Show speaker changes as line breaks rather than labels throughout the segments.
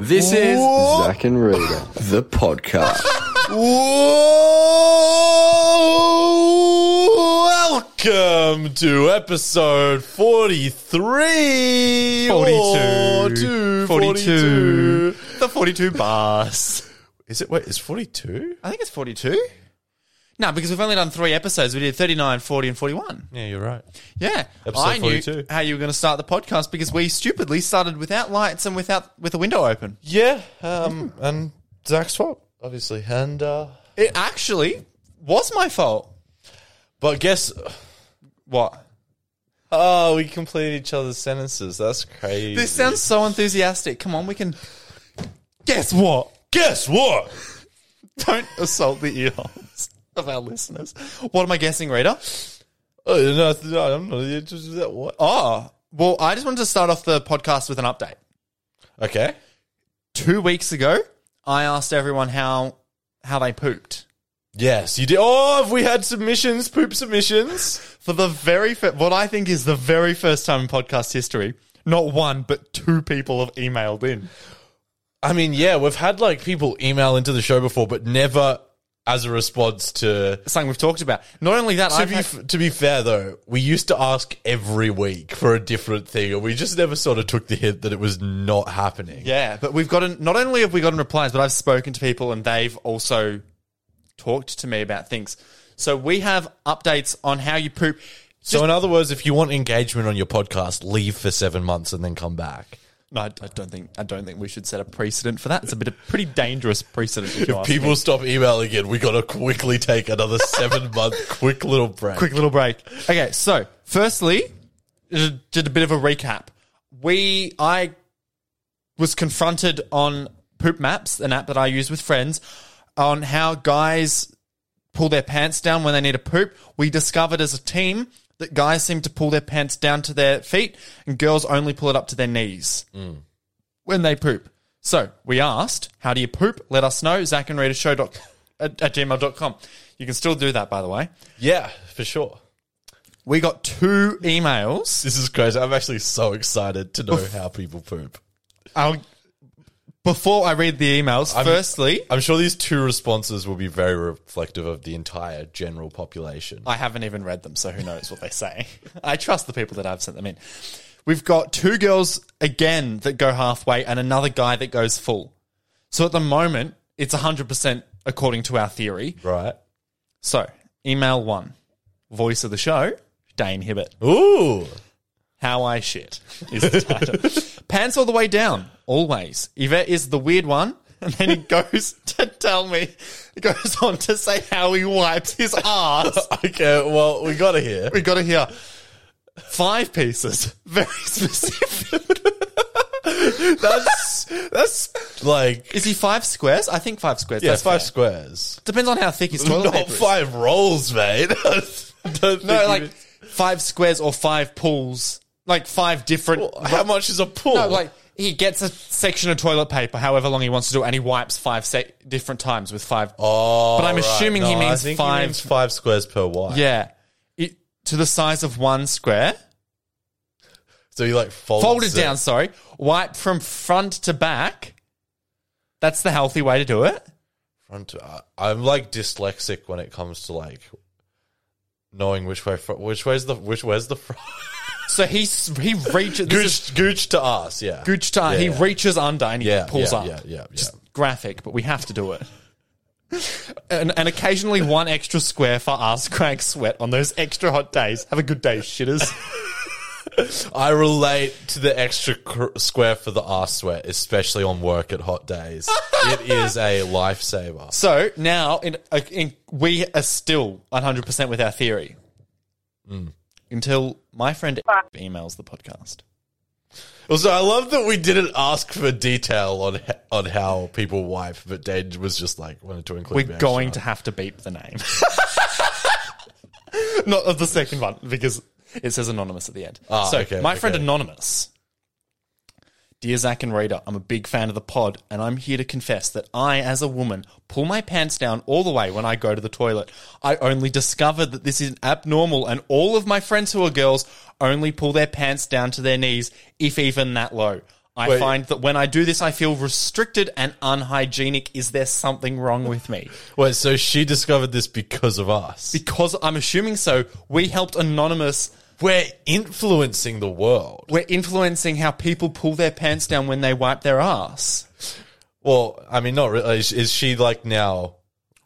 This is
Zach and Rita, the podcast.
Welcome to episode 43.
42.
42.
42.
42.
the 42 bars.
Is it, wait, is 42?
I think it's 42. No, because we've only done three episodes. We did 39, 40, and 41.
Yeah, you're right.
Yeah.
Episode
I knew
42.
how you were going to start the podcast because we stupidly started without lights and without with a window open.
Yeah, um, and Zach Swap, obviously. And, uh,
It actually was my fault.
but guess,
What?
oh, we completed each other's sentences. That's crazy.
This sounds so enthusiastic. Come on, we can. Guess what?
guess what?
Don't assault the earholes of our listeners. What am I guessing, Rita?
Oh, no, no, I'm not. you Just, that what?
Oh, well, I just wanted to start off the podcast with an update.
Okay.
Two weeks ago, I asked everyone how how they pooped.
Yes, you did. Oh, have we had submissions, poop submissions?
For the very fir- what I think is the very first time in podcast history, not one but two people have emailed in.
I mean, yeah, we've had like people email into the show before, but never as a response to.
Something we've talked about. Not only that,
To
I've
be,
had-
f- to be fair though, we used to ask every week for a different thing, and we just never sort of took the hint that it was not happening.
Yeah, but we've gotten not only have we gotten replies, but I've spoken to people and they've also talked to me about things. So we have updates on how you poop.
So, in other words, if you want engagement on your podcast, leave for seven months and then come back.
No, I, I don't think I don't think we should set a precedent for that. It's a bit of pretty dangerous precedent. If you ask me.
People stop emailing in. We got to quickly take another seven month quick little break.
quick little break. Okay, so firstly, j- did a bit of a recap. We I was confronted on Poop Maps, an app that I use with friends, on how guys pull their pants down when they need a poop. We discovered as a team that guys seem to pull their pants down to their feet and girls only pull it up to their knees when they poop. So we asked, how do you poop? Let us know, Zach and Rita show dot, at, at gmail.com. You can still do that, by the way.
Yeah, for sure.
We got two emails.
This is crazy. I'm actually so excited to know how people poop.
I'll, before I read the emails, firstly,
I'm sure these two responses will be very reflective of the entire general population.
I haven't even read them, so who knows what they say. I trust the people that I've sent them in. We've got two girls again that go halfway and another guy that goes full. So at the moment, it's 100% according to our theory.
Right.
So, email one, voice of the show, Dane Hibbert.
Ooh.
How I Shit is the title. Pants all the way down, always. Yvette is the weird one. And then he goes to tell me, he goes on to say how he wipes his ass.
Okay, well, we got to hear.
We got to hear five pieces. Very specific.
That's that's like
Is he five squares? I think five squares.
yeah,
that's
five
fair.
squares.
Depends on how thick his toilet
Not
paper is.
five rolls, mate.
No, like five squares or five pools. Like five different.
how much is a pool?
No, like he gets a section of toilet paper, however long he wants to do, it, and he wipes five se- different times with five.
oh,
but I'm
right.
assuming he
No, I
means
think
five-
means five squares per wide.
Yeah, it, to the size of one square.
So you like fold
Folded down. Sorry, wipe from front to back. That's the healthy way to do it.
front. I- I'm like dyslexic when it comes to like knowing which way fro- which way's the which way's the front.
So he s- he reaches. This is
Gooch, gooch to us, yeah.
Gooch time.
Yeah,
he
yeah.
reaches under and he
yeah,
pulls
yeah,
up.
Yeah, yeah, yeah.
Graphic, but we have to do it. and, and occasionally one extra square for us crank sweat on those extra hot days. Have a good day, shitters.
I relate to the extra cr- square for the arse sweat, especially on work at hot days. it is a lifesaver.
So now in, uh, in, we are still 100% with our theory.
Hmm.
Until my friend emails the podcast.
Also, I love that we didn't ask for detail on h- on how people wipe, but Dad was just like wanted to include.
We're
the extra.
going to have to beep the name. Not of the second one, because it says anonymous at the end.
Ah,
so,
okay,
my friend
okay.
Anonymous. Dear Zach and Rita, I'm a big fan of the pod, and I'm here to confess that I, as a woman, pull my pants down all the way when I go to the toilet. I only discovered that this is abnormal, and all of my friends who are girls only pull their pants down to their knees, if even that low. I
Wait.
find that when I do this, I feel restricted and unhygienic. Is there something wrong with me?
Wait, so she discovered this because of us.
Because I'm assuming so. We helped Anonymous.
We're influencing the world.
We're influencing how people pull their pants down when they wipe their ass.
Well, I mean, not really. Is, is she like now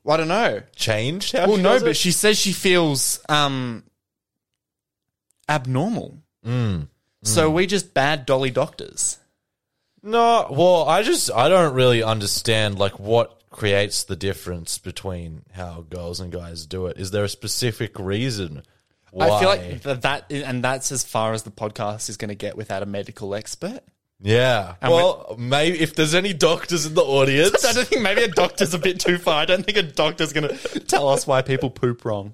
Well, I don't know.
changed? How
Well,
she
no,
does
but
it?
she says she feels um, abnormal. So we just bad dolly doctors.
no. Well, I just I don't really understand like what creates the difference between how girls and guys do it. Is there a specific reason? Why?
I feel like that, that is, and that's as far as the podcast is going to get without a medical expert.
yeah. Well, maybe if there's any doctors in the audience,
I don't think maybe a doctor's a bit too far. I don't think a doctor's going to tell us why people poop wrong.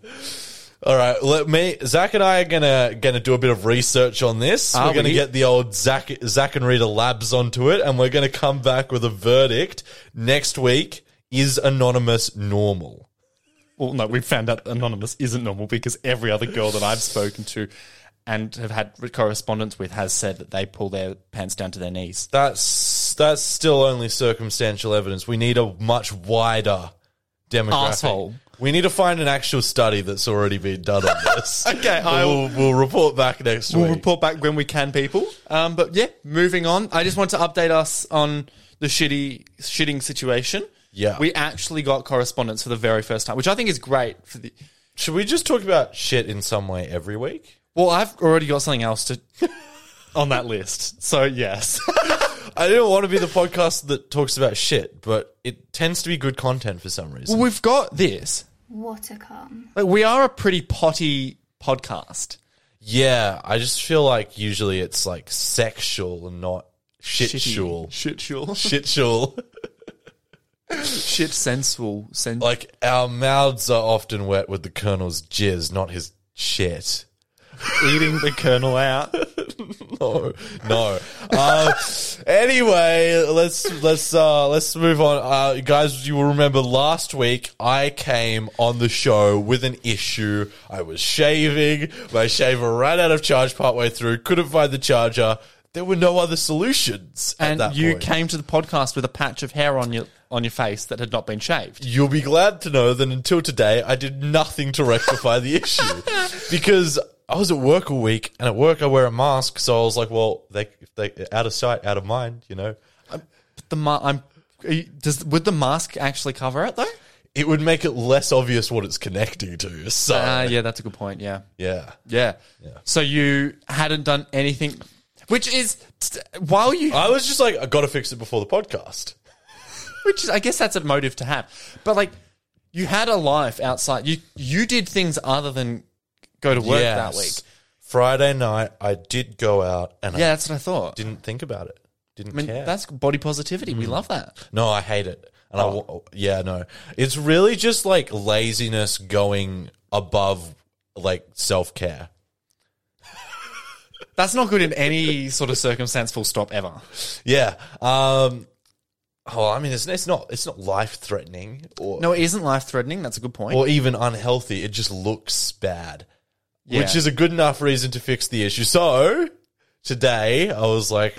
All right, let me. Zach and I are gonna gonna do a bit of research on this.
Are
we're gonna
we?
get the old Zach Zach and Rita Labs onto it, and we're gonna come back with a verdict next week. Is anonymous normal?
Well, no, we found out that anonymous isn't normal because every other girl that I've spoken to and have had correspondence with has said that they pull their pants down to their knees.
That's that's still only circumstantial evidence. We need a much wider demographic.
Asshole.
We need to find an actual study that's already been done on this.
Okay, I will-
will. We'll report back next
We'll
week.
report back when we can, people. Um, but yeah, moving on. I just want to update us on the shitty shitting situation.
Yeah.
we actually got correspondence for the very first time, which I think is great. For the
Should we just talk about shit in some way every week?
well, I've already got something else to on that list. So yes,
I don't want to be the podcast that talks about shit, but it tends to be good content for some reason.
we've got this.
What a calm.
Like, we are a pretty potty podcast.
Yeah, I just feel like usually it's like sexual and not shitsual.
shitsual,
Shitsual.
shit sensual, sen-
Like our mouths are often wet with the colonel's jizz, not his shit.
eating the kernel out.
No, no. Uh, anyway, let's let's uh, let's move on, uh, guys. You will remember last week I came on the show with an issue. I was shaving. My shaver ran out of charge partway through. Couldn't find the charger. There were no other solutions. at
And
that
you
point.
came to the podcast with a patch of hair on your on your face that had not been shaved.
You'll be glad to know that until today, I did nothing to rectify the issue because I was at work all week, and at work I wear a mask, so I was like, "Well, they if they out of sight, out of mind," you know.
the ma- I'm are you- does would the mask actually cover it though?
It would make it less obvious what it's connecting to. So
Uh, yeah, that's a good point. Yeah.
yeah,
yeah, So you hadn't done anything, which is while you,
I was just like, I got to fix it before the podcast.
which is I guess that's a motive to have, but like you had a life outside. You you did things other than go to work that week.
Friday night, I did go out, and
Yeah,
I
that's what I thought.
didn't think about it. Didn't
I mean,
care.
that's body positivity. We love that.
No, I hate it. And I wa- yeah, no. It's really just like laziness going above like self care.
That's not good in any sort of circumstance. Full stop. Ever.
Yeah. Um Oh, I mean, it's, it's not it's not life threatening or
No, it isn't life threatening. That's a good point.
or even unhealthy. It just looks bad,
Yeah.
which is a good enough reason to fix the issue. So today, I was like,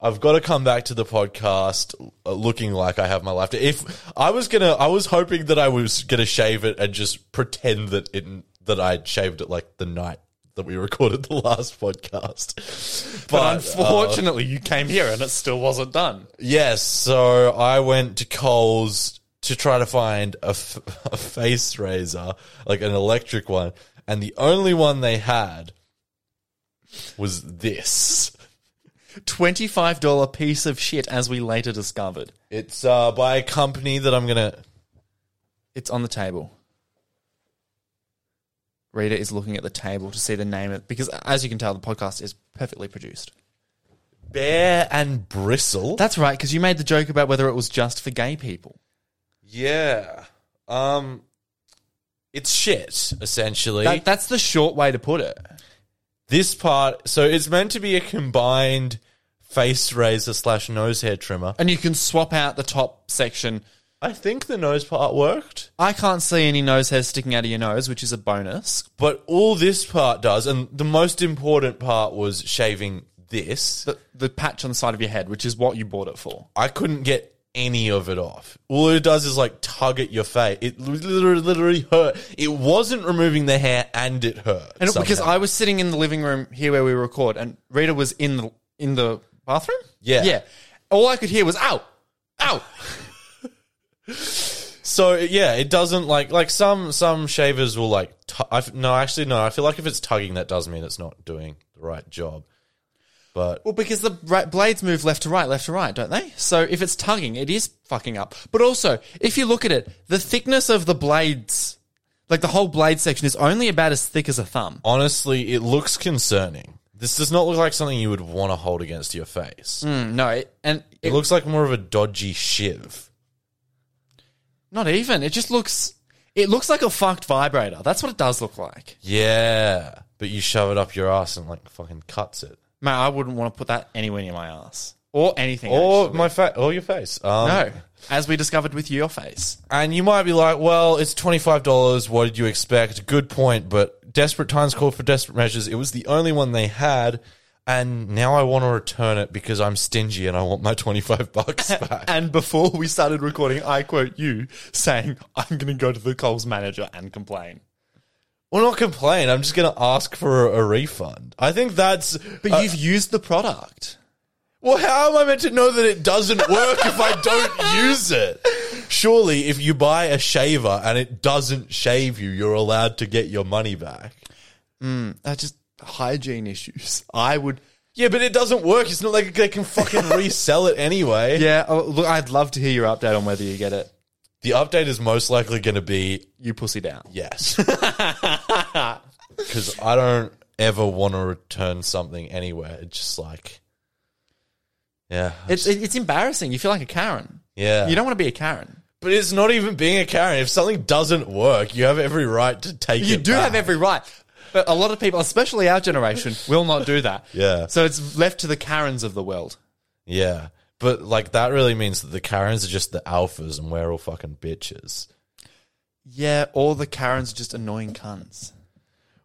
I've got to come back to the podcast uh, looking like I have my life. If I was gonna, I was hoping that I was gonna shave it and just pretend that it that I shaved it like the night that we recorded the last podcast. But,
but
uh,
unfortunately, you came here and it still wasn't done.
Yes, so I went to Coles to try to find a, f- a face razor, like an electric one, and the only one they had was this.
$25 piece of shit, as we later discovered.
It's uh, by a company that I'm gonna.
It's on the table. Rita is looking at the table to see the name of because as you can tell, the podcast is perfectly produced.
Bear and Bristle.
That's right, because you made the joke about whether it was just for gay people.
yeah. Um. It's shit, essentially.
That, that's the short way to put it.
this part, so it's meant to be a combined face razor slash nose hair trimmer.
And you can swap out the top section.
I think the nose part worked.
I can't see any nose hair sticking out of your nose, which is a bonus.
But all this part does, and the most important part was shaving this.
The, the patch on the side of your head, which is what you bought it for.
I couldn't get any of it off. All it does is like tug at your face. It literally, literally hurt. It wasn't removing the hair, and it hurt.
And
somehow.
because I was sitting in the living room here where we record, and Rita was in the in the bathroom.
Yeah.
yeah. All I could hear was "ow, ow."
So yeah, it doesn't like like some some shavers will like. Tu- I f- no, actually no. I feel like if it's tugging, that does mean it's not doing the right job. But
Well, because the right blades move left to right, left to right, don't they? So if it's tugging, it is fucking up. But also, if you look at it, the thickness of the blades, like the whole blade section, is only about as thick as a thumb.
honestly, it looks concerning. This does not look like something you would want to hold against your face.
Mm, no, it, and
It
it,
looks like more of a dodgy shiv.
not even. It just looks. It looks like a fucked vibrator. That's what it does look like.
Yeah, but you shove it up your ass and like fucking cuts it.
Man, I wouldn't want to put that anywhere near my ass or anything.
Or
actually.
my fa- or your face. Um,
No, as we discovered with your face.
And you might be like, well, it's $25. What did you expect? Good point. But desperate times call for desperate measures. It was the only one they had. And now I want to return it because I'm stingy and I want my 25 bucks back.
And before we started recording, I quote you saying, I'm going to go to the Coles manager and complain.
well, not complain. I'm just going to ask for a, a refund. I think that's.
But
uh,
you've used the product.
well, how am I meant to know that it doesn't work if I don't use it? Surely, if you buy a shaver and it doesn't shave you, you're allowed to get your money back.
That's Uh, just hygiene issues. I would.
Yeah, but it doesn't work. It's not like they can fucking resell it anyway.
Yeah, oh, look, I'd love to hear your update on whether you get it.
The update is most likely going to be
You pussied out.
yes. Because I don't ever want to return something anywhere. It's just like, yeah.
It's, it's embarrassing. You feel like a Karen.
yeah.
You don't want to be a Karen.
but it's not even being a Karen. If something doesn't work, you have every right to take it.
You do have
back.
every right. But a lot of people, especially our generation, will not do that.
Yeah.
So it's left to the Karens of the world.
Yeah. But like, that really means that the Karens are just the alphas and we're all fucking bitches.
Yeah, all the Karens are just annoying cunts.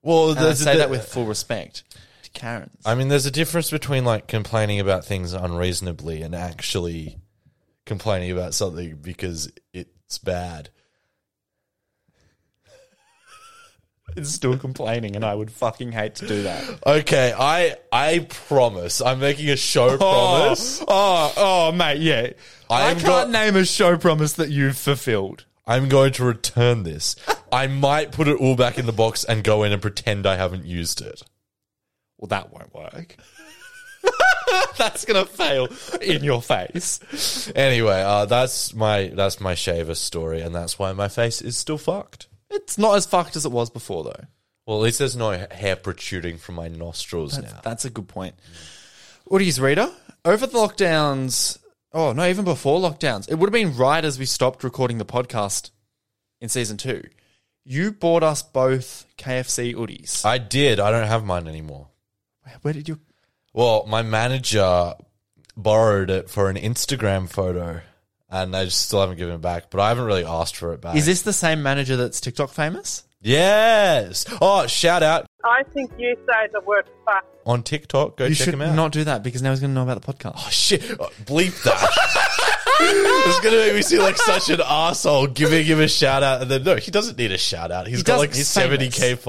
Well,
And I
there's
say
the-
that with full respect to Karens.
I mean, there's a difference between like complaining about things unreasonably and actually complaining about something because it's bad.
It's still complaining, and I would fucking hate to do that.
Okay, I I promise I'm making a show promise.
Oh, oh, oh, mate, yeah.
I
I,
am
can't
got-
name a show promise that you've fulfilled.
I'm going to return this. I might put it all back in the box and go in and pretend I haven't used it.
Well, that won't work. That's gonna fail in your face.
Anyway, uh, that's my that's my shaver story, and that's why my face is still fucked.
It's not as fucked as it was before, though.
Well, at least there's no hair protruding from my nostrils now.
That's a good point. Woody's reader over the lockdowns. Oh no, even before lockdowns, it would have been right as we stopped recording the podcast in season two. You bought us both KFC hoodies.
I did. I don't have mine anymore.
Where did you?
Well, my manager borrowed it for an Instagram photo, and I just still haven't given it back. But I haven't really asked for it back.
Is this the same manager that's TikTok famous?
Yes. Oh, shout out
I think you say the word fuck.
on TikTok. Go
You
check
should
him out.
not do that because now he's going to know about the podcast.
Shit, oh, bleep that. it's gonna make me seem like such an asshole giving him a shout out, and then no, he doesn't need a shout out. he's
He
got
doesn't-
like
he's
seventy k
famous.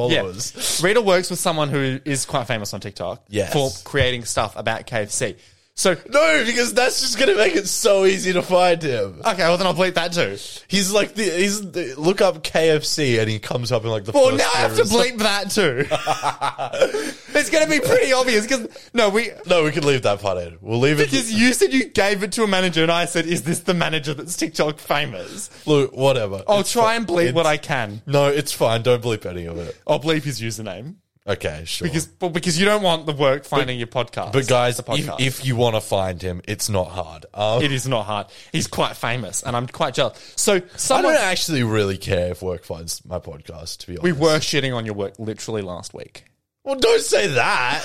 followers.
Yeah. Rita works with someone who is quite famous on TikTok
Yes.
for creating stuff about KFC. So okay,
No, because that's just gonna make it so easy to find him.
well then I'll bleep that too.
He's like the he's the, look up KFC, and he comes up in like the.
Well,
first Uh,
now I have to
three results.
bleep that too. it's going to be pretty obvious because no, we
No, we can leave that part in. We'll leave it.
because you said you gave it to a manager, and I said, "Is this the manager that's TikTok famous?"
Look, whatever.
I'll
It's
try
fi-
and bleep
it's-
what I can.
No, it's fine. Don't bleep any of it.
I'll bleep his username
Okay, sure.
because well, because you don't want the work finding your podcast.
but guys,
the podcast.
if, if you want to find him, it's not hard. Um,
it is not hard. He's quite famous, and I'm quite jealous. So
I
someone
don't actually really care if work finds my podcast. To be honest,
we were shitting on your work literally last week.
Well, don't say that.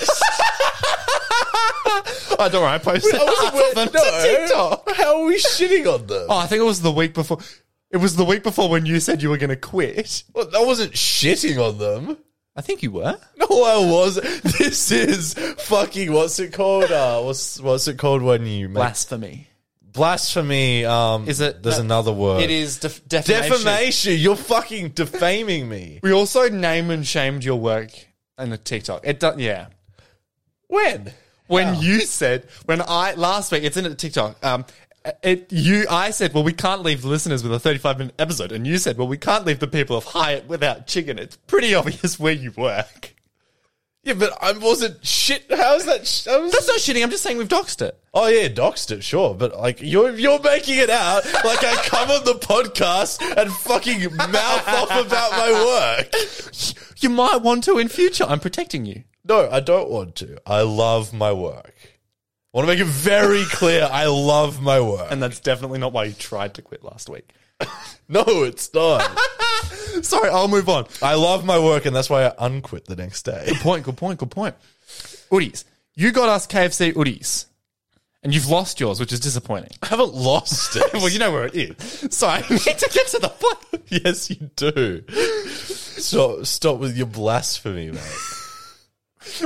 I don't know. I posted.
I wasn't
it
worth-
on
no.
TikTok.
How are we shitting on them?
Oh, I think it was the week before. It was the week before when you said you were going to quit.
Well, that wasn't shitting on them.
I think you were.
No, I was. This is fucking what's it called? Uh, what's what's it called when you make
Blasphemy.
blasphemy? Um,
Is it-
There's
uh,
another word.
It is def- defamation.
defamation. You're fucking defaming me.
We also name and shamed your work in the TikTok. It does, yeah.
When?
When you said when I last week, it's in a TikTok. Um, it you I said, well, we can't leave listeners with a thirty-five minute episode, and you said, well, we can't leave the people of Hyatt without chicken. It's pretty obvious where you work.
Yeah, but I wasn't shit. How's that? Sh- I was-
That's not shitting. I'm just saying we've doxed it.
oh yeah, doxed it, sure, but like you're you're making it out like I come on the podcast and fucking mouth off about my work.
You might want to in future. I'm protecting you.
No, I don't want to. I love my work. I want to make it very clear. I love my work.
And that's definitely not why you tried to quit last week.
no, it's not.
Sorry, I'll move on.
I love my work, and that's why I unquit the next day.
Point, good point, good point. Udis. You got us KFC Udis. And you've lost yours, which is disappointing.
I haven't lost it.
well, you know where it is. So I need to get to the point.
yes, you do. Stop, stop with your blasphemy, mate.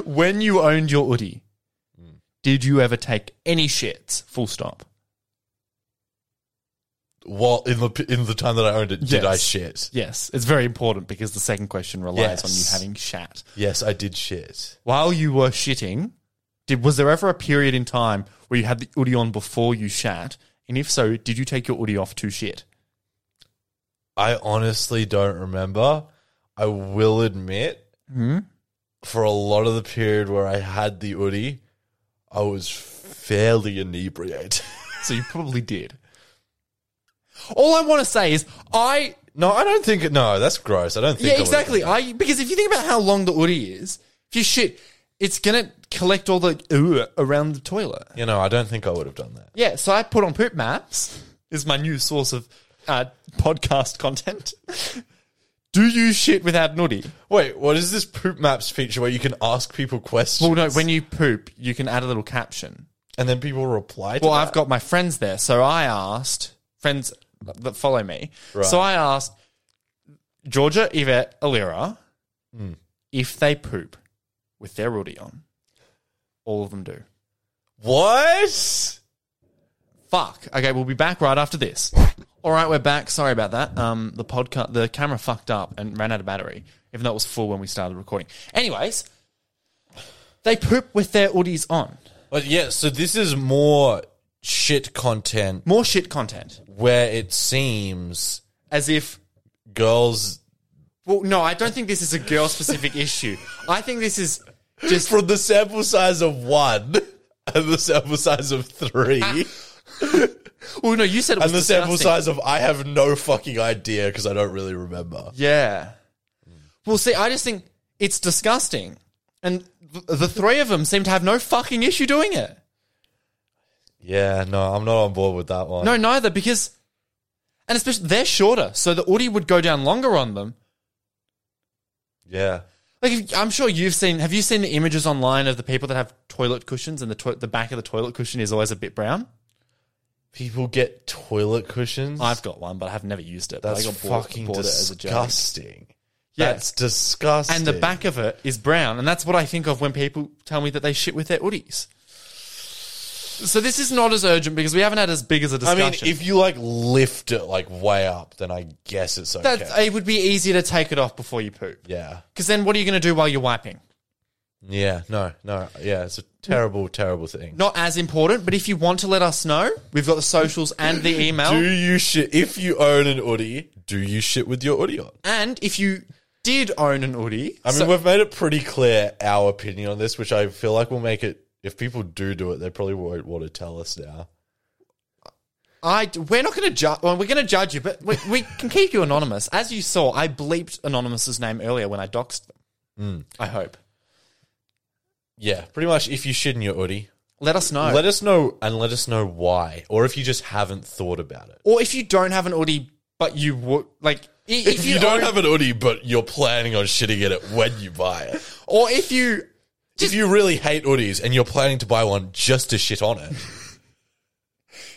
When you owned your Udi, Hmm. did you ever take any shits? Full stop.
While in the in the time that I owned it, did
Yes.
I shit?
Yes, it's very important because the second question relies on you
Yes.
having shat.
Yes, I did shit.
While you were shitting, did was there ever a period in time where you had the Udi on before you shat? And if so, did you take your Udi off to shit?
I honestly don't remember. I will admit,
Hmm?
for a lot of the period where I had the Udi, I was fairly inebriated.
So you probably did. All I want to say is I
no, I don't think. No, that's gross. I don't think. I
yeah
would've
exactly
done that.
I because if you think about how long the Udi is, if you shit, it's gonna collect all the ooh around the toilet.
you know, I don't think I would have done that.
Yeah, so I put on poop maps is my new source of uh, podcast content. Do you shit without an Udi?
Wait, what is this poop maps feature where you can ask people questions?
Well, no. When you poop, you can add a little caption.
and then people reply to
Well,
that.
I've got my friends there, so I asked friends that follow me.
Right.
So I asked Georgia, Yvette, Alira
Hmm.
if they poop with their Udi on. All of them do.
What?
Fuck. Okay, we'll be back right after this. All right, we're back. Sorry about that. Um, the podcast, the camera fucked up and ran out of battery, even though it was full when we started recording. Anyways, they poop with their Udis on.
But yeah, so this is more shit content
More shit content,
where it seems
as if
girls
Well, no, I don't think this is a girl specific issue. I think this is just
from the sample size of one and the sample size of three
Well, no, you said it was
and the
disgusting.
sample size of I have no fucking idea because I don't really remember.
Yeah. Well, see, I just think it's disgusting. And th- the three of them seem to have no fucking issue doing it.
Yeah, no, I'm not on board with that one.
No, neither, because and especially they're shorter, so the Audi would go down longer on them.
Yeah.
Like if, I'm sure you've seen. Have you seen the images online of the people that have toilet cushions and the to- the back of the toilet cushion is always a bit brown?
People get toilet cushions.
I've got one, but I have never used it. but
That's
I got bored-
fucking
bored it as a joke.
disgusting.
Yeah.
That's disgusting.
and the back of it is brown, and that's what I think of when people tell me that they shit with their uddies. So this is not as urgent because we haven't had as big as a
I
discussion.
mean, if you like lift it like way up, then I guess it's okay.
That's- it would be easier to take it off before you poop,
yeah.
because then what are you going to do while you're wiping?
Yeah, no, no, yeah, it's a terrible, terrible thing.
Not as important, but if you want to let us know, we've got the socials and the email.
Do you shit if you own an Udi? Do you shit with your Udi on?
and if you did own an Udi,
I mean, we've made it pretty clear our opinion on this, which I feel like will make it. If people do do it, they probably won't want to tell us now.
I we're not going to judge. Well, we're going to judge you, but we, we can keep you anonymous. As you saw, I bleeped anonymous's name earlier when I doxed them. I hope.
Yeah, pretty much. If you shit in your Udi,
Let us know.
let us know and let us know why, or if you just haven't thought about it.
or if you don't have an Audi, but you would like, i- if,
If you
own-
don't have an Udi, but you're planning on shitting in it when you buy it,
or if you
if you really hate Udis and you're planning to buy one just to shit on it,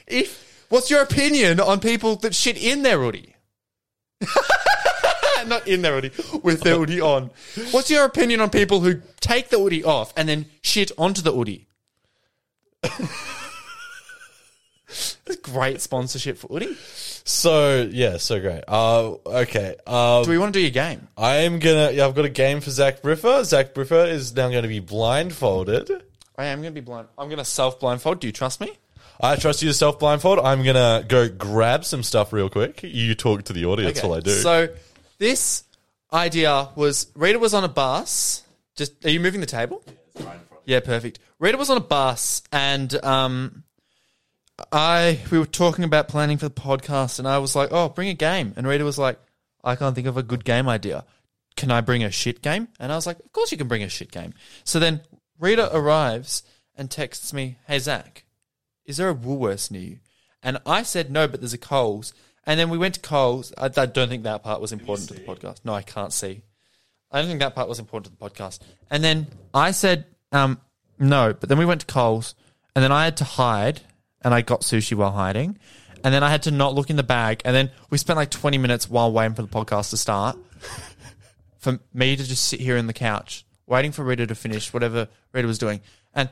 if what's your opinion on people that shit in their Audi? not in their hoodie with their hoodie on. What's your opinion on people who take the hoodie off and then shit onto the hoodie? That's great sponsorship for hoodie.
So yeah, so great. Uh, okay. Um,
Do we want to do your game?
I am gonna. Yeah, I've got a game for Zach Briffer. Zach Briffer is now going to be blindfolded.
I am going to be blind. I'm going to self blindfold. Do you trust me?
I trust you to self blindfold. I'm gonna go grab some stuff real quick. You talk to the audience while I do.
So this idea was Rita was on a bus. Just are you moving the table? Yeah, perfect. Rita was on a bus, and um, I we were talking about planning for the podcast, and I was like, "Oh, bring a game," and Rita was like, "I can't think of a good game idea. Can I bring a shit game?" And I was like, "Of course you can bring a shit game." So then Rita arrives and texts me, "Hey Zach, is there a Woolworths near you?" And I said no, but there's a Coles. And then we went to Coles. I, I don't think that part was important to the podcast. No, I can't see. I don't think that part was important to the podcast. And then I said um, no, but then we went to Coles, and then I had to hide, and I got sushi while hiding, and then I had to not look in the bag, and then we spent like twenty minutes while waiting for the podcast to start, for me to just sit here on the couch waiting for Rita to finish whatever Rita was doing. And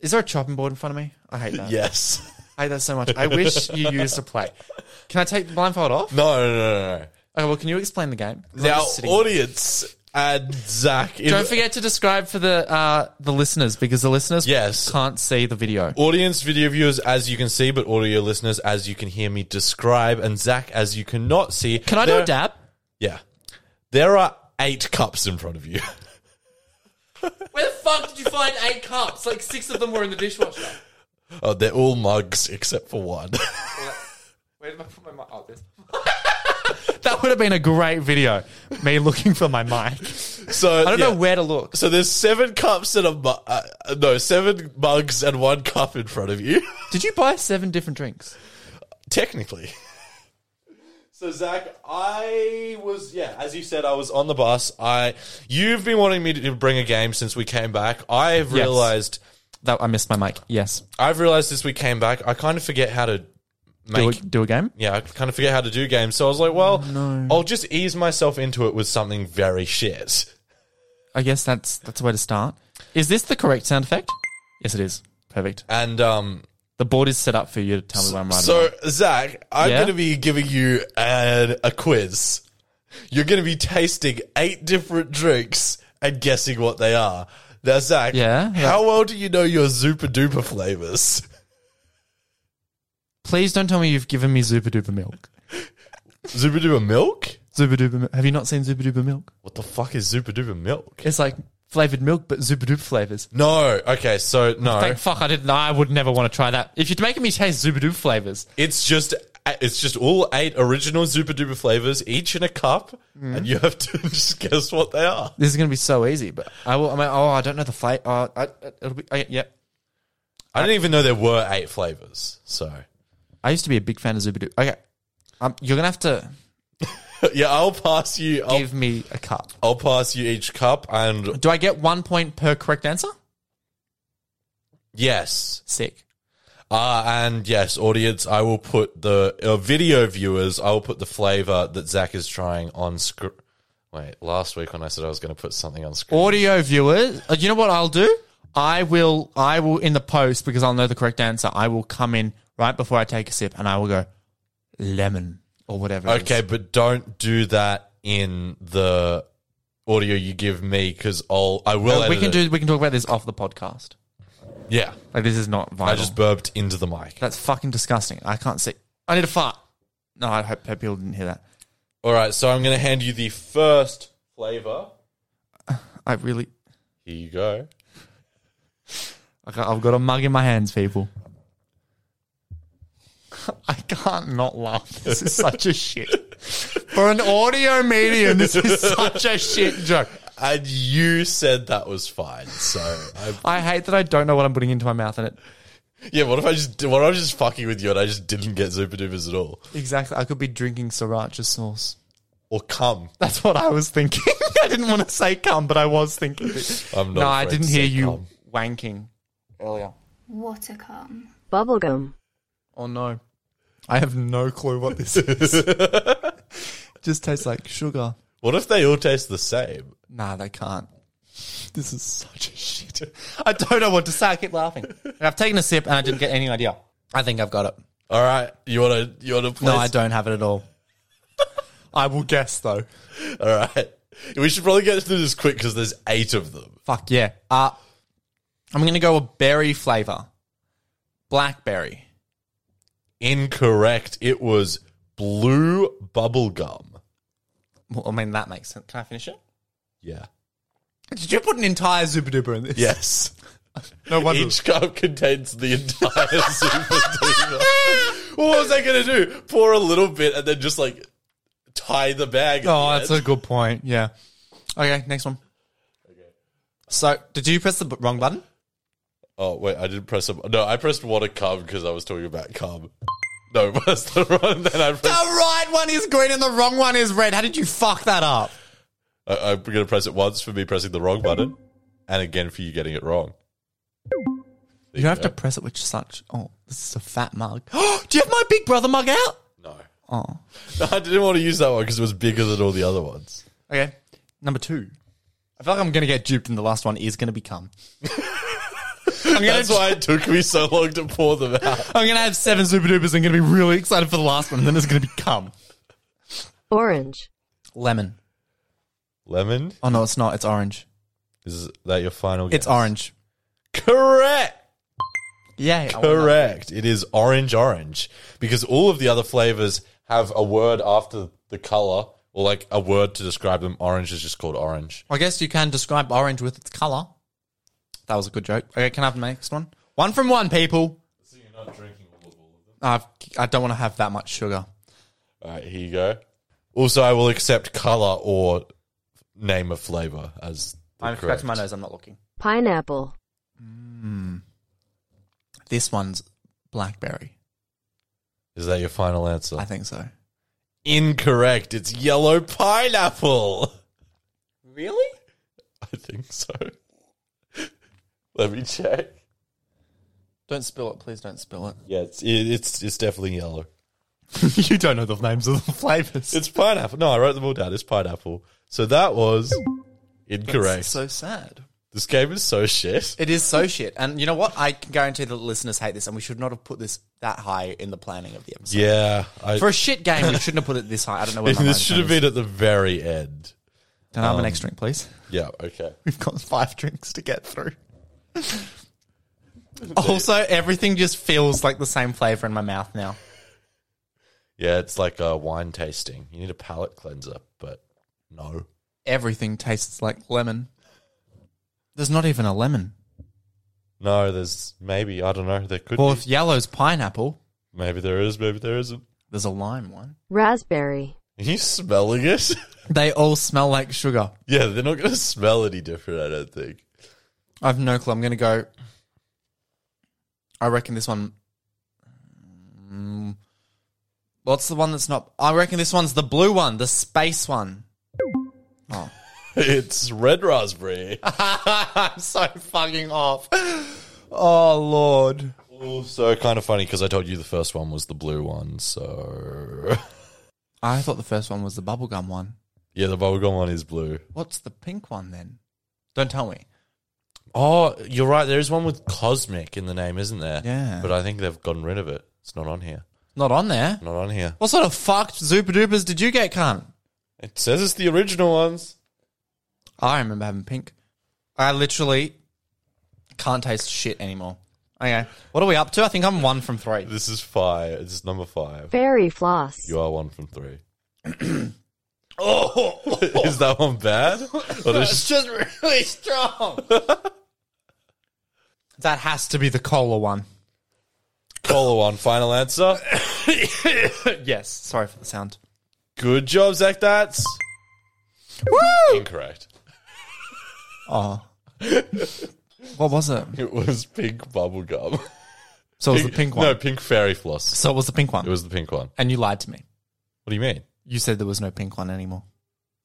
is there a chopping board in front of me? I hate that.
yes.
I hate that so much. I wish you used a plate. Can I take the blindfold off?
No, no, no, no. no.
Okay, well, can you explain the game? 'Cause I'm
Now,
just sitting-
audience and Zach. in-
don't forget to describe for the uh, the listeners because the listeners
Yes.
can't see the video.
Audience video viewers, as you can see, but audio listeners, as you can hear me describe, and Zach, as you cannot see.
Can I do
There-
a dab?
Yeah. There are eight cups in front of you.
Where the fuck did you find eight cups? Like six of them were in the dishwasher.
Oh, they're all mugs except for one.
Where did I put my mic? Oh, this. that would have been a great video. Me looking for my mic.
so
I don't
yeah.
know where to look.
So there's seven cups and a mu- uh, uh, no, seven mugs and one cup in front of you.
Did you buy seven different drinks?
Technically. So Zach, I was yeah, as you said, I was on the bus. I you've been wanting me to bring a game since we came back. I've realized
That I missed my mic. Yes.
I've realized since we came back, I kind of forget how to
Do a,
make
do a game.
yeah, I kind of forget how to do games. So I was like, well, I'll just ease myself into it with something very shit.
I guess that's that's a way to start. Is this the correct sound effect? Yes, it is. Perfect.
And um
The board is set up for you to tell me when I'm right. or
so
wrong.
Zach, I'm
Yeah?
going to be giving you an, a quiz. You're going to be tasting eight different drinks and guessing what they are. Now, Zach,
Yeah?
how well do you know your Zupa Duper flavors?
please don't tell me you've given me Zupa Duper milk.
Zupa Duper milk?
Zupa Duper. Mil- Have you not seen Zupa Duper milk?
What the fuck is Zupa Duper milk?
It's like flavored milk, but Zupa Duper flavors.
No. Okay, so no.
Thank fuck I didn't. I would never want to try that. If you're making me taste Zuba Duper flavors,
It's just it's just all eight original Zupa Duper flavors, each in a cup,
Mm-hmm.
and you have to just guess what they are.
this is going to be so easy. But I will. I mean, oh, I don't know the flavor. Oh, I, I- it'll be. I, yep.
I didn't even know there were eight flavors. So
I used to be a big fan of Zuba Duper. Okay, um, you're gonna have to
yeah, I'll pass you. I'll,
give me a cup.
I'll pass you each cup, and
Do I get one point per correct answer?
yes,
Sick.
uh, and yes, audience. I will put the uh, video viewers. I will put the flavor that Zach is trying on script. Wait, last week when I said I was going to put something on screen,
Audio viewers, uh, you know what I'll do? I will. I will in the post because I'll know the correct answer. I will come in right before I take a sip, and I will go lemon or whatever. it is.
okay, but don't do that in the audio you give me because I'll I will.
Uh, we
edit
can
it.
do. We can talk about this off the podcast.
Yeah.
Like this is not vital.
I just burped into the mic.
That's fucking disgusting. I can't see. I need a fart. No, I hope, hope people didn't hear that.
All right, so I'm going to hand you the first flavor.
I really.
Here you go.
I ca- I've got a mug in my hands, people. I can't not laugh. This is such a shit. For an audio medium, this is such a shit joke.
And you said that was fine. So, I,
I hate that I don't know what I'm putting into my mouth and it.
yeah, what if I just what if I was just fucking with you and I just didn't get Zupa Dupas at all?
Exactly. I could be drinking sriracha sauce.
Or cum.
That's what I was thinking. I didn't want to say cum, but I was thinking. it.
I'm not
No, I
afraid
didn't
to say
hear you
cum.
wanking earlier.
Water come.
bubblegum,
Oh no. I have no clue what this is. Just tastes like sugar.
What if they all taste the same?
Nah, they can't. This is such a shit. I don't know what to say. I keep laughing. And I've taken a sip and I didn't get any idea. I think I've got it.
All right, you want to you want to place?
No, I don't have it at all. I will guess though.
All right, we should probably get through this quick because there's eight of them.
Fuck yeah. Uh, I'm going to go with berry flavor. Blackberry.
Incorrect. It was blue bubble gum.
Well, I mean, that makes sense. Can I finish it?
Yeah.
Did you put an entire Zuba Duper in this?
Yes.
No wonder.
Each cup contains the entire super Diva. What was I gonna do? Pour a little bit and then just like tie the bag. at
Oh,
the
that's
end?
a good point. Yeah. Okay, next one. So, did you press the b- wrong button?
oh wait, I didn't press a. No, I pressed water cum because I was talking about cum. No, that's the wrong. Then I
The
pressed,
right one is green and the wrong one is red. How did you fuck that up?
I, I'm gonna press it once for me pressing the wrong button, and again for you getting it wrong.
You don't have to press it, which is such. Oh, this is a fat mug. Do you have my big brother mug out?
No,
Oh.
no I didn't want to use that one because it was bigger than all the other ones.
Okay. Number two. I feel like I'm going to get duped, and the last one is going to be cum. I'm going
That's
to
why it took me so long to pour them out.
I'm gonna have seven super dupers. I'm going to be really excited for the last one, and then it's going to be cum.
orange,
Lemon.
Lemon.
Oh, no, it's not. It's orange.
Is that your final?
It's
guess?
orange.
Correct.
Yeah.
Correct. It is orange orange because all of the other flavors have a word after the color or like a word to describe them. Orange is just called orange.
I guess you can describe orange with its color. That was a good joke. Okay, can I have the next one? One from one, people. I've, I don't want to have that much sugar.
All right, here you go. Also, I will accept color or name of flavor as the
I'm
correct.
scratching my nose. I'm not looking.
pineapple,
This one's blackberry.
Is that your final answer?
I think so.
Incorrect. It's yellow pineapple.
Really?
I think so. Let me check.
Don't spill it. Please don't spill it.
Yeah, it's it, it's it's definitely yellow.
you don't know the names of the flavors.
It's pineapple. No, I wrote them all down. It's pineapple. So that was incorrect.
so sad.
this game is so shit.
It is so shit. And you know what? I can guarantee that listeners hate this, and we should not have put this that high in the planning of the episode.
Yeah, I,
For a shit game, we shouldn't have put it this high. I don't know where my
this
mind
should have um,
goes.
been at the very end.
Can I have an extra drink, please?
Yeah. Okay.
We've got five drinks to get through. also, everything just feels like the same flavor in my mouth now.
Yeah, it's like a wine tasting. You need a palate cleanser, but no.
Everything tastes like lemon. There's not even a lemon.
No, there's maybe I don't know. There could
Well,
be.
if yellow's pineapple,
maybe there is. Maybe there isn't.
there's a lime one.
raspberry,
Are you smelling it?
They all smell like sugar.
yeah, they're not gonna smell any different. I don't think.
I've no clue. I'm going to go. I reckon this one. Mm. What's the one that's not? I reckon this one's the blue one, the space one. Oh.
It's red raspberry.
I'm so fucking off. Oh, Lord.
also, kind of funny because I told you the first one was the blue one. So
I thought the first one was the bubblegum one.
yeah, the bubblegum one is blue.
What's the pink one then? Don't tell me.
Oh, you're right. There is one with cosmic in the name, isn't there?
Yeah.
But I think they've gotten rid of it. It's not on here.
Not on there.
Not on here.
What sort of fucked Zupa Dupas did you get, cunt?
It says it's the original ones.
I remember having pink. I literally can't taste shit anymore. Okay. What are we up to? I think I'm one from three.
This is five. This is number five.
fairy floss,
You are one from three. oh, is that one bad? Or does-
just really strong. that has to be the cola one.
Cola one. Final answer.
yes. Sorry for the sound.
Good job, Zach. That's
Woo!
incorrect.
Oh. what was it?
It was pink bubblegum.
So it was the pink one.
No, pink fairy floss.
So it was the pink one.
It was the pink one.
and you lied to me.
What do you mean?
You said there was no pink one anymore.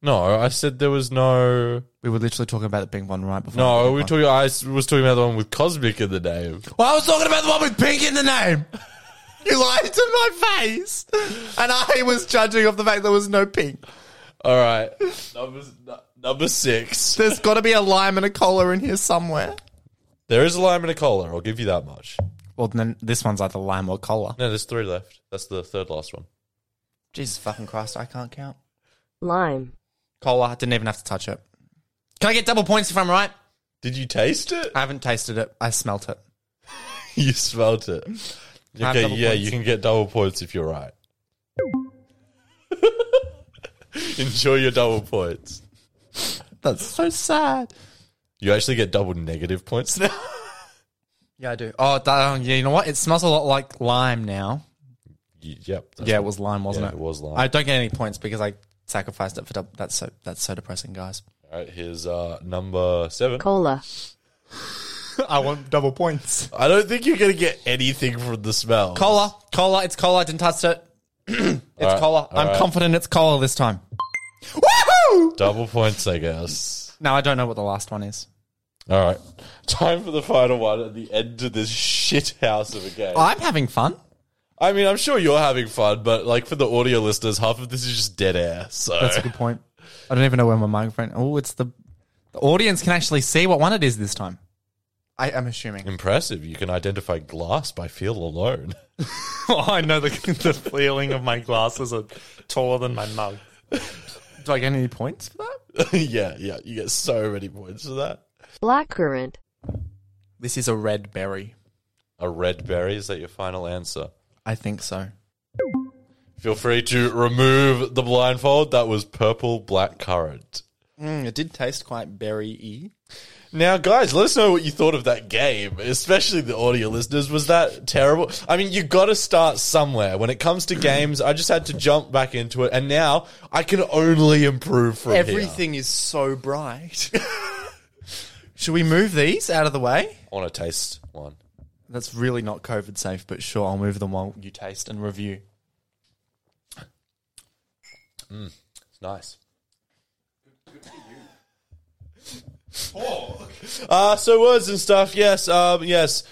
No, I said there was no.
We were literally talking about the pink one right before.
No,
the pink
we were
one.
talking. I was talking about the one with cosmic in the name.
Well, I was talking about the one with pink in the name. You lied to my face, and I was judging off the fact there was no pink.
All right. Number, nu- number six.
There's got to be a lime and a cola in here somewhere.
There is a lime and a cola. I'll give you that much.
Well, then this one's either lime or cola.
No, there's three left. That's the third last one.
Jesus fucking Christ, I can't count.
lime,
Cola, I didn't even have to touch it. Can I get double points if I'm right?
Did you taste it?
I haven't tasted it. I smelt it.
you smelt it.
have
Okay,
double
yeah,
points.
you can get double points if you're right. Enjoy your double points.
That's so sad.
You actually get double negative points now.
Yeah, I do. Oh, da- yeah, you know what? It smells a lot like lime now.
Y- yep. that's-
yeah, it was lime, wasn't
yeah,
it?
it was lime.
I don't get any points because I sacrificed it for double. That's so. That's so depressing, guys.
All right, here's uh, number seven.
cola,
I want double points.
I don't think you're going to get anything from the smell.
Cola, cola. It's cola. I didn't touch it. it's
All right,
cola.
all
I'm
right.
confident it's cola this time. Woohoo!
Double points, I guess.
Now I don't know what the last one is.
All right. Time for the final one at the end of this shit house of a game.
I'm having fun.
I mean, I'm sure you're having fun, but like for the audio listeners, half of this is just dead air. So
That's a good point. I don't even know where my microphone. Oh, it's the the audience can actually see what one it is this time. I am assuming.
impressive. You can identify glass by feel alone.
Oh, I know the the feeling of my glasses are taller than my mug. Do I get any points for that?
yeah, yeah. You get so many points for that.
blackcurrant,
This is a red berry.
A red berry is that your final answer?
I think so.
Feel free to remove the blindfold. That was purple black currant.
Mm, it did taste quite berry-y.
Now, guys, let us know what you thought of that game, especially the audio listeners. Was that terrible? I mean, you got to start somewhere. When it comes to games, I just had to jump back into it, and now I can only improve from here.
Everything is so bright. Should we move these out of the way?
I want to taste one.
That's really not COVID safe, but sure, I'll move them while you taste and review.
It's nice. Uh, so words and stuff. Yes, um, yes.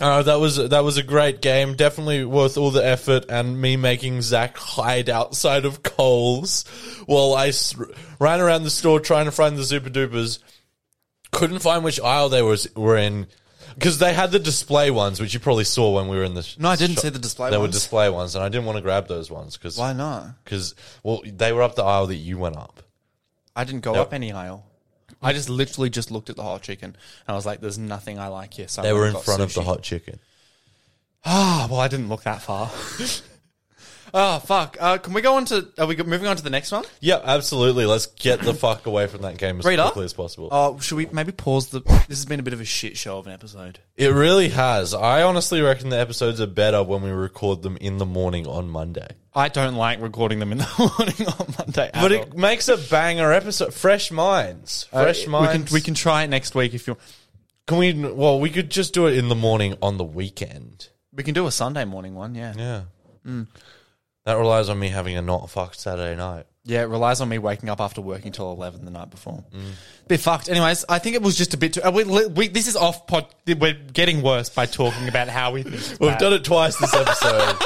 Uh, that was that was a great game. Definitely worth all the effort and me making Zach hide outside of Coles while I s- ran around the store trying to find the Super Duper's. Couldn't find which aisle they was were in because they had the display ones, which you probably saw when we were in the. sh-
No, I didn't
shop.
see the display
They were
ones.
display ones, and I didn't want to grab those ones because
Why not?
because well, they were up the aisle that you went up.
I didn't go
Nope.
up any aisle. I just literally just looked at the hot chicken and I was like, "There's nothing I like here." So I
They were
went
in
and got
front of the
sushi.
hot chicken.
Ah, well, I didn't look that far. oh fuck! Uh, can we go on to? Are we go- moving on to the next one?
Yeah, absolutely. Let's get the fuck away from that game as
Rita?
quickly as possible.
Oh, should we maybe pause the? This has been a bit of a shit show of an episode.
it really has. I honestly reckon the episodes are better when we record them in the morning on Monday.
I don't like recording them in the morning on Monday. at all.
But it makes a banger episode. Fresh minds. Fresh minds.
We can we can try it next week if you.
can we? Well, we could just do it in the morning on the weekend.
We can do a Sunday morning one. Yeah. Yeah.
Yeah. That relies on me having a not fucked Saturday night.
it relies on me waking up after working till eleven the night before. Mm. Bit fucked. Anyways, I think it was just a bit too. uh, We, we, this is off pod. We're getting worse by talking about how we. Think it's
We've
bad.
done it twice this episode.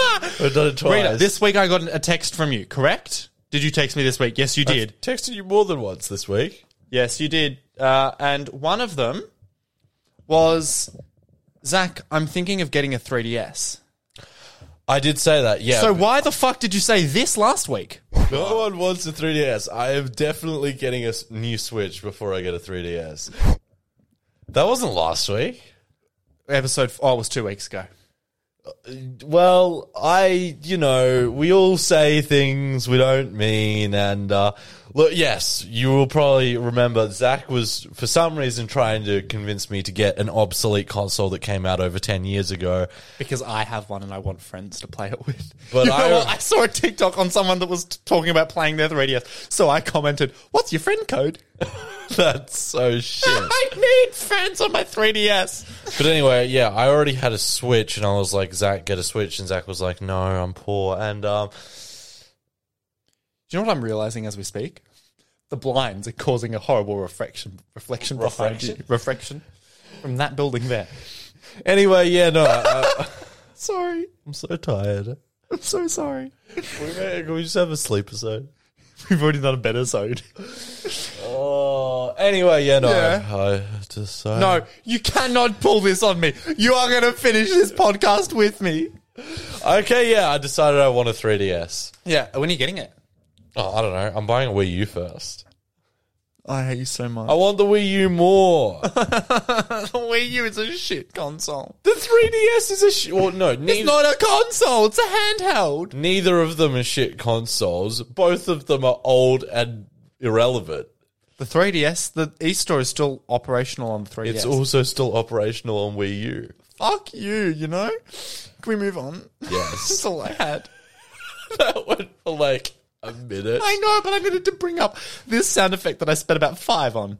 We've done it twice.
Rita, this week I got a text from you, correct? Did you text me this week? Yes, you did.
texted you more than once this week.
Yes, you did. Uh, and one of them was Zach, I'm thinking of getting a 3DS.
I did say that. Yeah.
so
but-
why the fuck did you say this last week?
No one wants a 3DS. I am definitely getting a s- new Switch before I get a 3DS. That wasn't last week.
Episode oh, it was two weeks ago.
Well, I, you know, we all say things we don't mean. And, uh, look, yes, you will probably remember Zach was, for some reason, trying to convince me to get an obsolete console that came out over 10 years ago.
Because I have one and I want friends to play it with.
But
You know
I-
what? I saw a TikTok on someone that was t- talking about playing their 3DS. So I commented, "What's your friend code?"
That's so shit.
I need friends on my 3DS.
But anyway, yeah, I already had a Switch, and I was like, Zach, get a Switch, and Zach was like, No, I'm poor, and um,
Do you know what I'm realizing as we speak? The blinds are causing a horrible reflection, reflection, behind you. reflection from that building there.
anyway, yeah, no, I,
Sorry,
I'm so tired.
I'm so sorry.
Can we, can we just have a sleep episode?
We've already done a better zone.
Oh, anyway, yeah, no,
Yeah.
I, I decided.
No, you cannot pull this on me. You are going to finish this podcast with me.
Okay, yeah, I decided I want a 3DS.
Yeah, when are you getting it?
Oh, I don't know. I'm buying a Wii U first.
I hate you so much.
I want the Wii U more. the
The Wii U is a shit console.
3DS is a sh- well, no, neither,
It's not a console, it's a handheld.
neither of them are shit consoles. Both of them are old and irrelevant.
The 3DS, the e-store is still operational on the 3DS.
It's also still operational on Wii U.
fuck you, you know? Can we move on?
Yes,
That's all I had.
that went for like a minute.
I know, but I needed to bring up this sound effect that I spent about five on.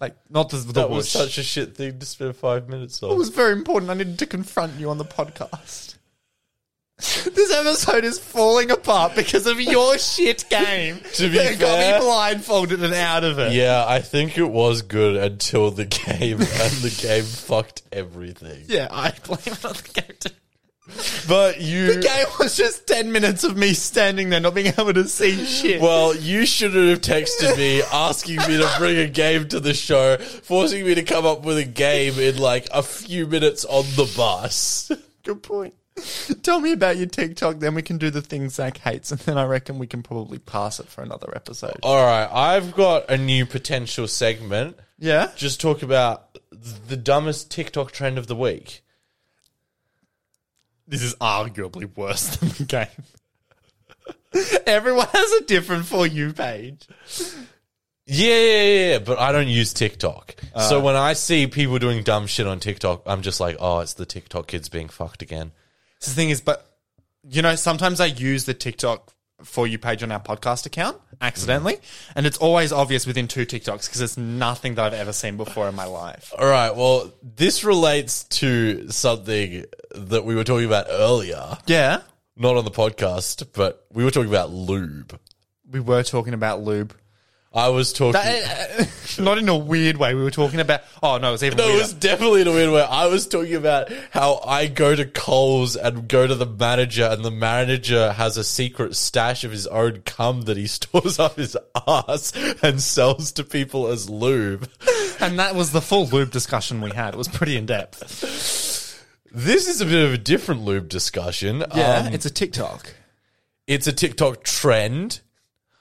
Like, not the, the
That was
whoosh.
such a shit thing to spend five minutes
It
on.
was very important. I needed to confront you on the podcast. this episode is falling apart because of your shit game.
To be
that
fair-
got me blindfolded and out of it.
Yeah, I think it was good until the game, and the game fucked everything.
Yeah, I blame it on the character.
But you,
The game was just ten minutes of me standing there not being able to see shit.
Well, you shouldn't have texted me asking me to bring a game to the show, forcing me to come up with a game in like a few minutes on the bus.
good point. Tell me about your TikTok, then we can do the thing Zach hates, and then I reckon we can probably pass it for another episode.
All right, I've got a new potential segment.
Yeah?
Just talk about the dumbest TikTok trend of the week.
This is arguably worse than the game. Everyone has a different For You page.
Yeah, yeah, yeah, yeah, but I don't use TikTok. so when I see people doing dumb shit on TikTok, I'm just like, oh, it's the TikTok kids being fucked again.
The thing is, but you know, sometimes I use the TikTok for you page on our podcast account accidentally, and it's always obvious within two TikToks because it's nothing that I've ever seen before in my life.
All right, well, this relates to something that we were talking about earlier.
Yeah,
not on the podcast, but we were talking about lube.
we were talking about lube.
I was talking.
That- not in a weird way. We were talking about. Oh no, it's even.
no, it
weirder.
was definitely in a weird way. I was talking about how I go to Coles and go to the manager, and the manager has a secret stash of his own cum that he stores up his ass and sells to people as lube.
and that was the full lube discussion we had. It was pretty in depth.
This is a bit of a different lube discussion. Um,
it's a TikTok.
it's a TikTok trend.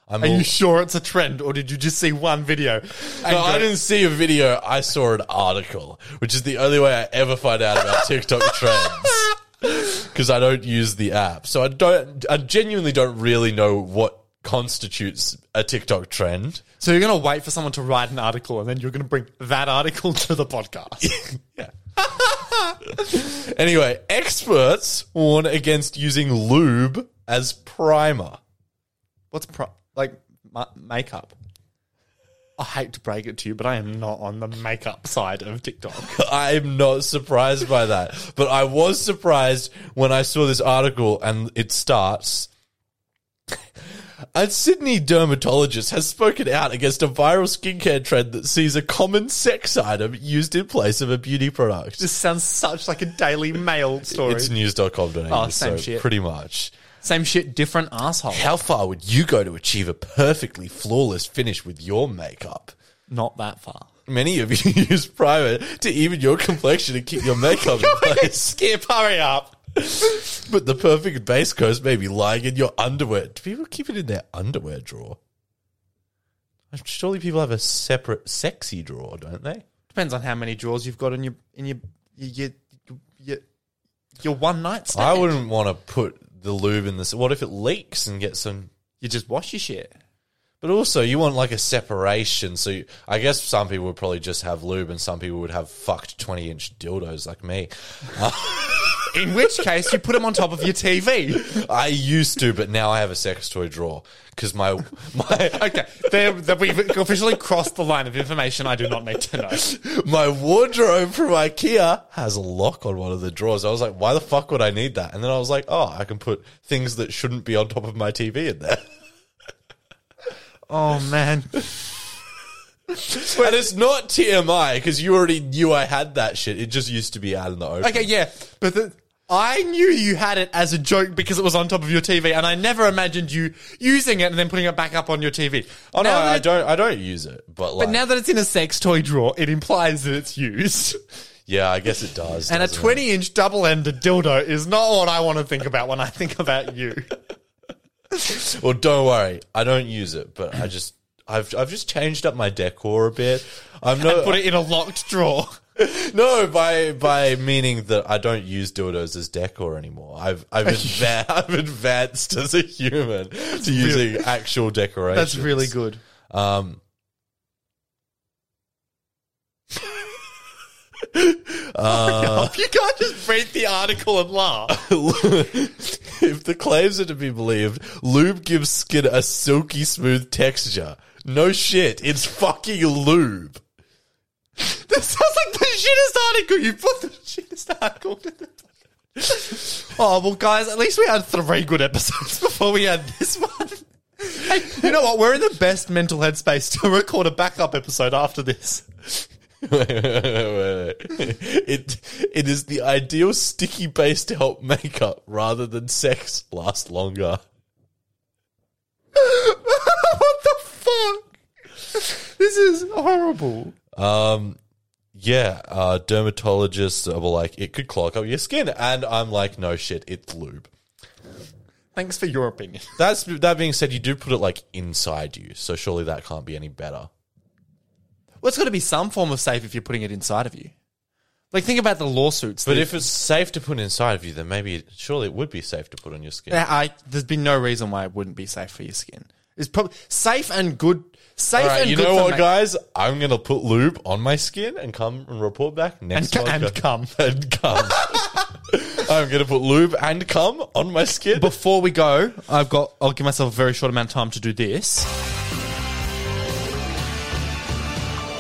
I'm
Are
all-
you sure it's a trend, or did you just see one video? And
No, I
go-
didn't see a video. I saw an article, which is the only way I ever find out about TikTok trends because I don't use the app. So I don't. I genuinely don't really know what constitutes a TikTok trend.
So you're going to wait for someone to write an article, and then you're going to bring that article to the podcast.
Anyway, experts warn against using lube as primer.
What's pro- like ma- makeup? I hate to break it to you, but I am not on the makeup side of TikTok.
I'm not surprised by that, but I was surprised when I saw this article and it starts. A Sydney dermatologist has spoken out against a viral skincare trend that sees a common sex item used in place of a beauty product.
this sounds such like a Daily Mail story.
it's news.com.au,
Oh,
so
same shit.
pretty much.
Same shit, different asshole.
How far would you go to achieve a perfectly flawless finish with your makeup?
Not that far.
Many of you use primer to even your complexion and keep your makeup in place.
Skip, hurry up.
But the perfect base coat may be lying in your underwear. Do people keep it in their underwear drawer? Surely people have a separate sexy drawer, don't they?
Depends on how many drawers you've got in your in your your your, your, your one night stand.
I wouldn't want to put the lube in this. What if it leaks and gets some?
You just wash your shit.
But also, you want like a separation. So you, I guess some people would probably just have lube, and some people would have fucked twenty-inch dildos like me.
In which case, you put them on top of your TV.
I used to, but now I have a sex toy drawer because my my
Okay, there, there- we've officially crossed the line of information I do not need to know.
my wardrobe from IKEA has a lock on one of the drawers. I was like, why the fuck would I need that? And then I was like, oh, I can put things that shouldn't be on top of my TV in there.
Oh man,
and it's not TMI because you already knew I had that shit. It just used to be out in the open.
Okay, yeah, but the, I knew you had it as a joke because it was on top of your TV, and I never imagined you using it and then putting it back up on your TV.
Oh no,
Now that
I
it-
don't. I don't use it, but like,
But now that it's in a sex toy drawer, it implies that it's used.
yeah, I guess it does.
And a
doesn't it?
20 inch double ended dildo is not what I want to think about when I think about you.
Well, don't worry, I don't use it, but I just, I've, I've just changed up my decor a bit. I'm no,
Put it in a locked drawer.
no, by by meaning that I don't use dildos as decor anymore. I've, I've, adva- I've advanced as a human to using actual decorations.
That's really good.
Um,
you can't just read the article and laugh.
if the claims are to be believed, lube gives skin a silky smooth texture. No shit, it's fucking lube.
That sounds like the shittest article. You put the shittest article. in the- oh well, guys. At least we had three good episodes before we had this one. Hey, you know what? We're in the best mental headspace to record a backup episode after this.
it it is the ideal sticky base to help makeup rather than sex last longer.
what the fuck? This is horrible.
Um, yeah, uh, dermatologists are like it could clog up your skin, and I'm like, no shit, it's lube.
Thanks for your opinion.
That's that being said, you do put it like inside you, so surely that can't be any better.
Well, it's got to be some form of safe if you're putting it inside of you. Like, think about the lawsuits.
But
that-
if it's safe to put inside of you, then maybe it- surely it would be safe to put on your skin.
Yeah, I, there's been no reason why it wouldn't be safe for your skin. It's probably safe and good. Safe
All right,
and
you
good
know
for
what,
ma-
guys? I'm gonna put lube on my skin and come and report back next
And- and
come and come. I'm gonna put lube and come on my skin.
Before we go, I've got. I'll give myself a very short amount of time to do this.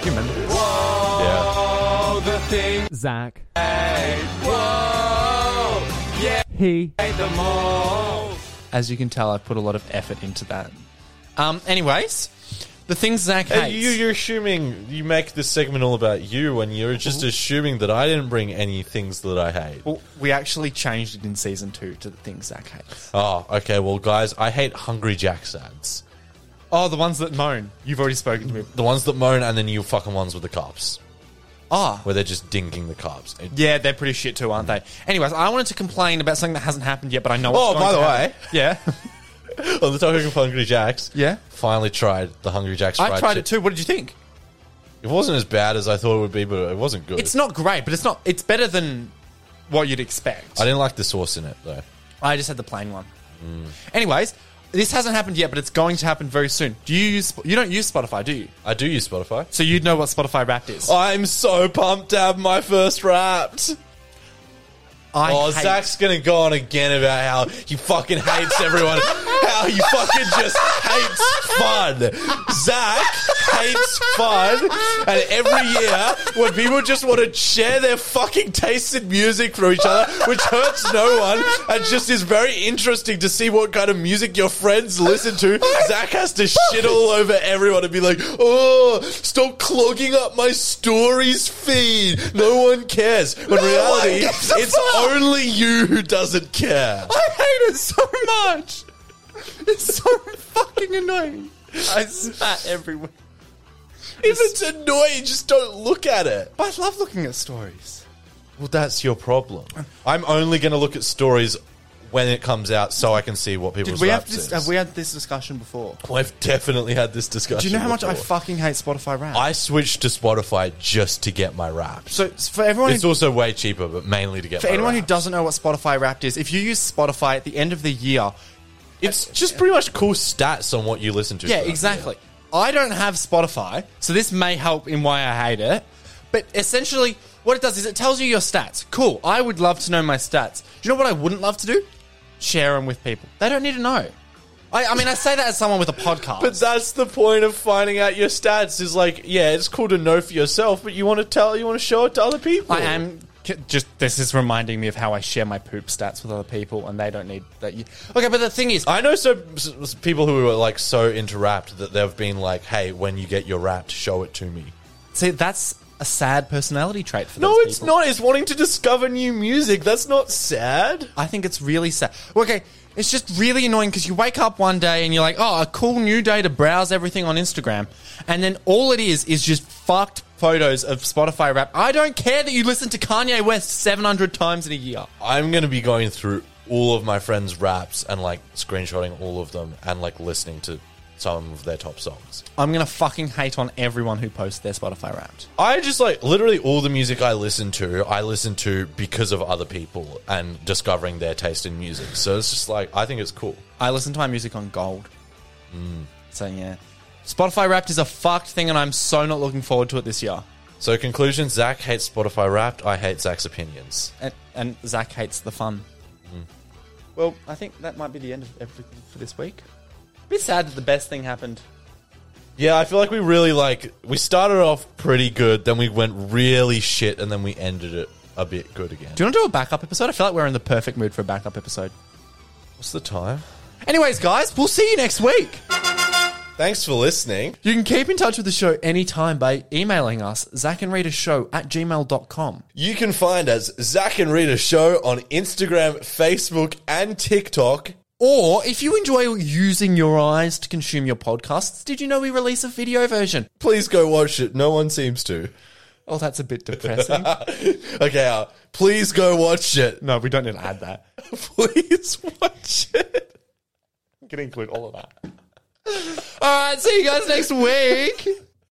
Do you remember this?
yeah.
Zach. He.
As you can tell, I've put a lot of effort into that. Um. Anyways, the things Zach hates.
And you, you're assuming you make this segment all about you, and you're just assuming that I didn't bring any things that I hate.
Well, we actually changed it in season two to the things Zach hates.
Oh, okay. Well, guys, I hate Hungry Jack's ads.
Oh, the ones that moan. You've already spoken to me.
The ones that moan and the new fucking ones with the cops,
Ah.
where they're just dinking the cops. It-
Yeah, they're pretty shit too, aren't they? Anyways, I wanted to complain about something that hasn't happened yet, but I know.
Oh,
It's going
by
to
the
happen.
way.
yeah,
On the topic of Hungry Jack's,
Yeah.
finally tried the Hungry Jack's.
I
fried
tried
chi-
it too. What did you think?
It wasn't as bad as I thought it would be, but it wasn't good.
It's not great, but it's not. It's better than what you'd expect.
I didn't like the sauce in it though.
I just had the plain one. Anyways, this hasn't happened yet, but it's going to happen very soon. Do you use? You don't use Spotify, do you?
I do use Spotify.
So you'd know what Spotify Wrapped is.
I'm so pumped to have my first Wrapped.
I
oh,
hate-
Zach's gonna go on again about how he fucking hates everyone. how he fucking just hates fun. Zach hates fun, and every year when people just want to share their fucking tastes in music from each other, which hurts no one, and just is very interesting to see what kind of music your friends listen to. Zach has to shit all over everyone and be like, "Oh, stop clogging up my stories feed. No one cares." When
No one
reality,
gives a
it's
fuck.
only you who doesn't care.
I hate it so much. It's so fucking annoying. I spat everywhere.
If it's annoying, just don't look at it.
But I love looking at stories.
Well, that's your problem. I'm only going to look at stories when it comes out, so I can see what people's
Did we have
raps
this?
is.
Have we had this discussion before?
I've definitely had this
Do
discussion.
you know how much I
before.
fucking hate Spotify Wrapped?
I switched to Spotify just to get my raps.
so for everyone,
it's
who,
also way cheaper, but mainly to get
for
my
anyone who
raps.
doesn't know what Spotify Wrapped is, if you use Spotify at the end of the year,
It's just pretty much cool stats on what you listen to.
yeah,
throughout the
exactly.
year.
I don't have Spotify, so this may help in why I hate it. But essentially, what it does is it tells you your stats. Cool. I would love to know my stats. Do you know what I wouldn't love to do? Share them with people. They don't need to know. I, I mean, I say that as someone with a podcast.
But that's the point of finding out your stats. Is like, yeah, it's cool to know for yourself, but you want to tell, you want to show it to other people.
I am c- just. This is reminding me of how I share my poop stats with other people, and they don't need that. You, okay, but the thing is,
I know so s- s- people who are like so into Wrapped that they've been like, "Hey, when you get your Wrapped, show it to me."
see, that's a sad personality trait for
No,
those
it's
people.
not. It's wanting to discover new music. That's not sad.
I think it's really sad. Okay, it's just really annoying because you wake up one day and you're like, oh, a cool new day to browse everything on Instagram. And then all it is is just fucked photos of Spotify rap. I don't care that you listen to Kanye West 700 times in a year.
I'm going to be going through all of my friends' raps and like screenshotting all of them and like listening to some of their top songs.
I'm going to fucking hate on everyone who posts their Spotify wrapped.
I just like literally all the music I listen to, I listen to because of other people and discovering their taste in music. So it's just like, I think it's cool.
I listen to my music on gold. So, yeah. Spotify wrapped is a fucked thing and I'm so not looking forward to it this year.
So, conclusion Zach hates Spotify Wrapped. I hate Zach's opinions.
And, and Zach hates the fun. Hmm. Well, I think that might be the end of everything for this week. Bit sad that the best thing happened.
Yeah, I feel like we really like, we started off pretty good, then we went really shit, and then we ended it a bit good again.
Do you want to do a backup episode? I feel like we're in the perfect mood for a backup episode.
What's the time?
Anyways, guys, we'll see you next week.
Thanks for listening.
You can keep in touch with the show anytime by emailing us, show at gmail.com.
You can find us, Zach and Rita Show, on Instagram, Facebook, and TikTok.
Or if you enjoy using your eyes to consume your podcasts, did you know we release a video version?
Please go watch it. No one seems to.
Oh, that's a bit depressing.
Okay, uh, please go watch it.
no, we don't need to add that.
Please watch it.
can include all of that. All right, see you guys next week.